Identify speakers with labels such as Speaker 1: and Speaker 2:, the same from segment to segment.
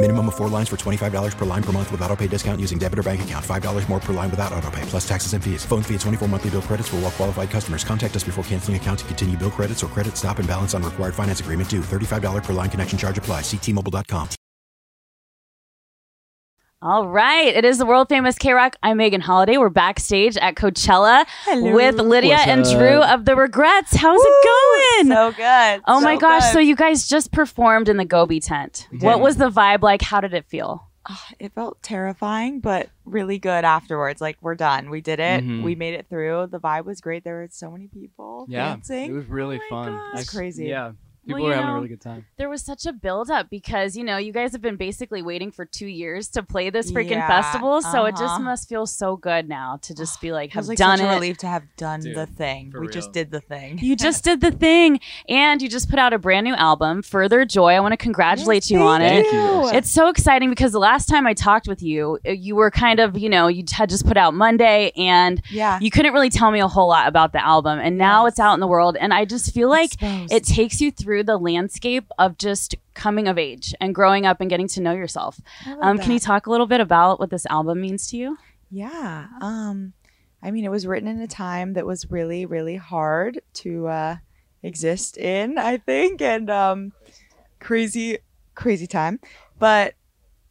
Speaker 1: Minimum of four lines for $25 per line per month with auto pay discount using debit or bank account. $5 more per line without auto pay, plus taxes and fees. Phone fee at 24 monthly bill credits for all well qualified customers. Contact us before canceling account to continue bill credits or credit stop and balance on required finance agreement due. $35 per line connection charge apply. Ctmobile.com.
Speaker 2: All right. It is the world famous K Rock. I'm Megan Holiday. We're backstage at Coachella Hello. with Lydia
Speaker 3: What's
Speaker 2: and
Speaker 3: up?
Speaker 2: Drew of the Regrets. How's it going?
Speaker 4: So good.
Speaker 2: Oh my
Speaker 4: So
Speaker 2: gosh.
Speaker 4: good.
Speaker 2: So you guys just performed in the Gobi tent. What was the vibe like? How did it feel?
Speaker 4: Ah, it felt terrifying, but really good afterwards. Like we're done. We did it.
Speaker 3: Mhm.
Speaker 4: We made it through. The vibe was great. There were so many people
Speaker 3: Yeah,
Speaker 4: dancing.
Speaker 3: it was really
Speaker 4: Oh my
Speaker 3: fun.
Speaker 4: gosh.
Speaker 3: I
Speaker 4: It's
Speaker 3: s-
Speaker 4: crazy.
Speaker 3: Yeah, people
Speaker 2: you
Speaker 3: were having
Speaker 2: know,
Speaker 3: a really good time.
Speaker 2: There was such a buildup because, you know, you guys have been basically waiting for two years to play this freaking
Speaker 4: Yeah,
Speaker 2: festival. So it just
Speaker 4: uh-huh.
Speaker 2: must feel so good now to just be like,
Speaker 4: it was
Speaker 2: have
Speaker 4: like
Speaker 2: done
Speaker 4: such a
Speaker 2: it.
Speaker 4: relief to have done
Speaker 3: Dude,
Speaker 4: the thing.
Speaker 3: for
Speaker 4: We just
Speaker 3: real.
Speaker 4: did the thing.
Speaker 2: You just did the thing. And you just put out a brand new album, Further Joy. I want to congratulate you on it.
Speaker 3: Thank you.
Speaker 2: It's so exciting because the last time I talked with you, uh, you were kind of, you know, you had just put out Monday and
Speaker 4: yeah.
Speaker 2: you couldn't really tell me a whole lot about the album. And now
Speaker 4: Yes.
Speaker 2: it's out in the world. And I just feel like
Speaker 4: Exposed.
Speaker 2: it takes you through the landscape of just coming of age and growing up and getting to know yourself.
Speaker 4: I love
Speaker 2: Um, can
Speaker 4: that.
Speaker 2: you talk a little bit about what this album means to you?
Speaker 4: Yeah. Um, I mean, it was written in a time that was really, really hard to uh, exist in, I think, and um, crazy, crazy time. But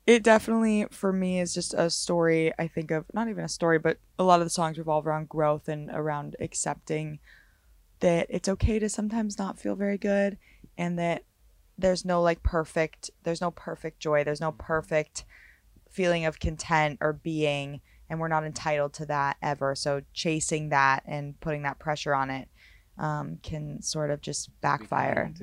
Speaker 4: it definitely, for me, is just a story. I think of not even a story, but a lot of the songs revolve around growth and around accepting that it's okay to sometimes not feel very good, and that there's no like perfect, there's no perfect joy, there's no perfect feeling of content or being and we're not entitled to that ever so chasing that and putting that pressure on it um, can sort of just backfire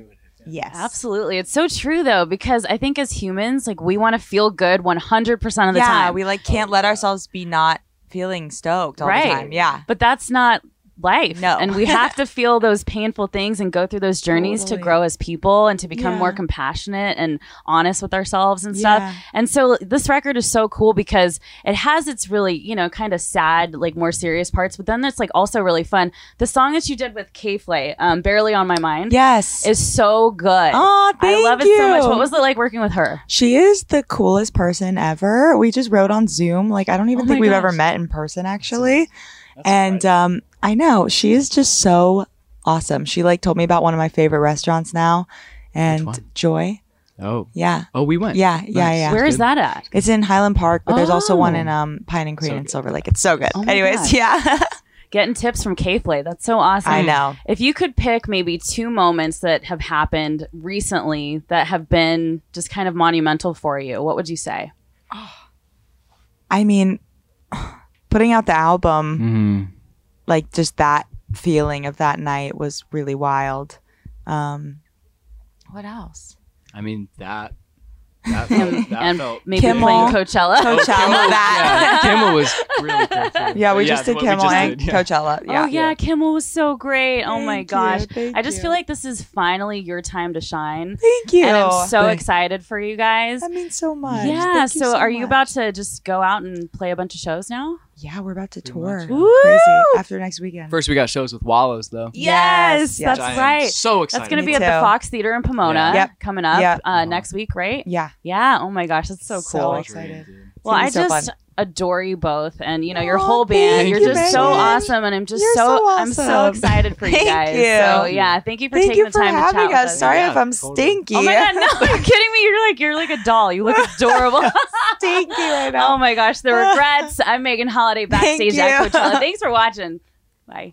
Speaker 4: yes
Speaker 2: Absolutely. It's so true, though, because I think as humans, like we want to feel good 100% of the
Speaker 4: yeah
Speaker 2: time.
Speaker 4: we like can't let ourselves be not feeling stoked all
Speaker 2: Right.
Speaker 4: the time yeah
Speaker 2: but that's not life.
Speaker 4: No.
Speaker 2: And we have to feel those painful things and go through those journeys to
Speaker 4: Totally.
Speaker 2: grow as people and to become
Speaker 4: Yeah.
Speaker 2: more compassionate and honest with ourselves and stuff.
Speaker 4: Yeah.
Speaker 2: And so this record is so cool because it has its really, you know, kind of sad, like more serious parts, but then it's like also really fun. The song that you did with K Flay, um, Barely on My Mind,
Speaker 4: yes
Speaker 2: is so good.
Speaker 4: oh
Speaker 2: I
Speaker 4: thank
Speaker 2: love
Speaker 4: you.
Speaker 2: it so much. What was it like working with her?
Speaker 4: she is the coolest person ever we just rode on zoom like i don't even
Speaker 2: Oh
Speaker 4: think
Speaker 2: my
Speaker 4: we've
Speaker 2: gosh.
Speaker 4: ever met in person actually and um, I know she is just so awesome. She like told me about one of my favorite restaurants now, and
Speaker 3: one?
Speaker 4: Joy.
Speaker 3: Oh,
Speaker 4: Yeah,
Speaker 3: oh, we went.
Speaker 4: yeah, yeah, yeah.
Speaker 2: Where is that at?
Speaker 4: It's in Highland Park, but there's also one
Speaker 2: Oh.
Speaker 4: in um, Pine and Crane and Silver Lake. It's so good. Anyways,
Speaker 2: God.
Speaker 4: yeah,
Speaker 2: Getting tips from K Flay. That's so awesome.
Speaker 4: I know.
Speaker 2: If you could pick maybe two moments that have happened recently that have been just kind of monumental for you, what would you say?
Speaker 4: I mean, putting out the album,
Speaker 3: Mm-hmm.
Speaker 4: like just that feeling of that night was really wild. Um, what else?
Speaker 3: I mean that. That felt. That
Speaker 2: and
Speaker 3: felt
Speaker 2: maybe
Speaker 4: Kimmel.
Speaker 2: playing Coachella.
Speaker 4: Coachella, that.
Speaker 3: yeah, Kimmel was really cool. too.
Speaker 4: Yeah, we
Speaker 3: But
Speaker 4: just did
Speaker 3: what
Speaker 4: Camel and
Speaker 3: did, yeah.
Speaker 4: Coachella. Yeah.
Speaker 2: Oh yeah, Kimmel was so great. oh my
Speaker 4: Thank you,
Speaker 2: gosh.
Speaker 4: thank
Speaker 2: I just
Speaker 4: you.
Speaker 2: feel like this is finally your time to shine.
Speaker 4: Thank you.
Speaker 2: And I'm so
Speaker 3: Thank-
Speaker 2: excited for you guys.
Speaker 4: that means so much.
Speaker 2: yeah.
Speaker 4: Thank
Speaker 2: so,
Speaker 4: you so
Speaker 2: are you
Speaker 4: much.
Speaker 2: about to just go out and play a bunch of shows now?
Speaker 4: Yeah, we're about to
Speaker 3: Pretty much,
Speaker 4: tour.
Speaker 3: yeah.
Speaker 4: Crazy. After next weekend.
Speaker 3: First, we got shows with Wallows though.
Speaker 4: Yes,
Speaker 3: which
Speaker 2: that's
Speaker 3: I am
Speaker 2: right.
Speaker 3: So excited.
Speaker 2: That's going to
Speaker 4: Me
Speaker 2: be at the
Speaker 4: too.
Speaker 2: Fox Theater in Pomona
Speaker 3: Yeah.
Speaker 4: Yep.
Speaker 2: coming up
Speaker 4: Yep.
Speaker 2: uh, next week, right?
Speaker 4: yeah.
Speaker 2: Yeah. Oh my gosh, that's so
Speaker 4: So
Speaker 2: cool.
Speaker 4: excited. It's
Speaker 2: Well,
Speaker 4: gonna
Speaker 2: I
Speaker 4: be so
Speaker 2: just
Speaker 4: fun.
Speaker 2: adore you both, and you know your
Speaker 4: Aw,
Speaker 2: whole band.
Speaker 3: thank
Speaker 2: You're
Speaker 3: you,
Speaker 2: just so
Speaker 3: Megan.
Speaker 2: awesome, and I'm just
Speaker 4: You're
Speaker 2: so,
Speaker 4: so
Speaker 2: I'm so
Speaker 4: awesome.
Speaker 2: excited for you
Speaker 4: Thank
Speaker 2: guys.
Speaker 4: you.
Speaker 2: So yeah, thank you for
Speaker 4: Thank
Speaker 2: taking
Speaker 4: you
Speaker 2: the
Speaker 4: for
Speaker 2: time to chat
Speaker 4: having
Speaker 2: with
Speaker 4: us.
Speaker 2: us.
Speaker 4: Sorry
Speaker 3: Yeah,
Speaker 4: if I'm
Speaker 3: totally.
Speaker 4: stinky.
Speaker 2: Oh my god, no, you're kidding me. You're like you're like a doll. You look adorable.
Speaker 4: stinky right now.
Speaker 2: oh my gosh, the regrets. I'm Megan Holiday
Speaker 4: Thank
Speaker 2: backstage at
Speaker 4: you.
Speaker 2: Coachella. Thanks for watching. Bye.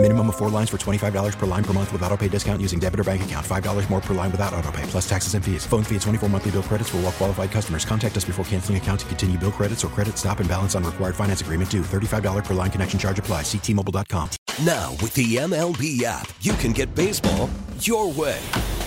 Speaker 1: Minimum of four lines for $25 per line per month with auto pay discount using debit or bank account. $5 more per line without auto pay, plus taxes and fees. Phone fee at 24 monthly bill credits for all well qualified customers. Contact us before canceling account to continue bill credits or credit stop and balance on required finance agreement due. $35 per line connection charge apply. Ctmobile.com.
Speaker 5: Now, with the MLB app, you can get baseball your way.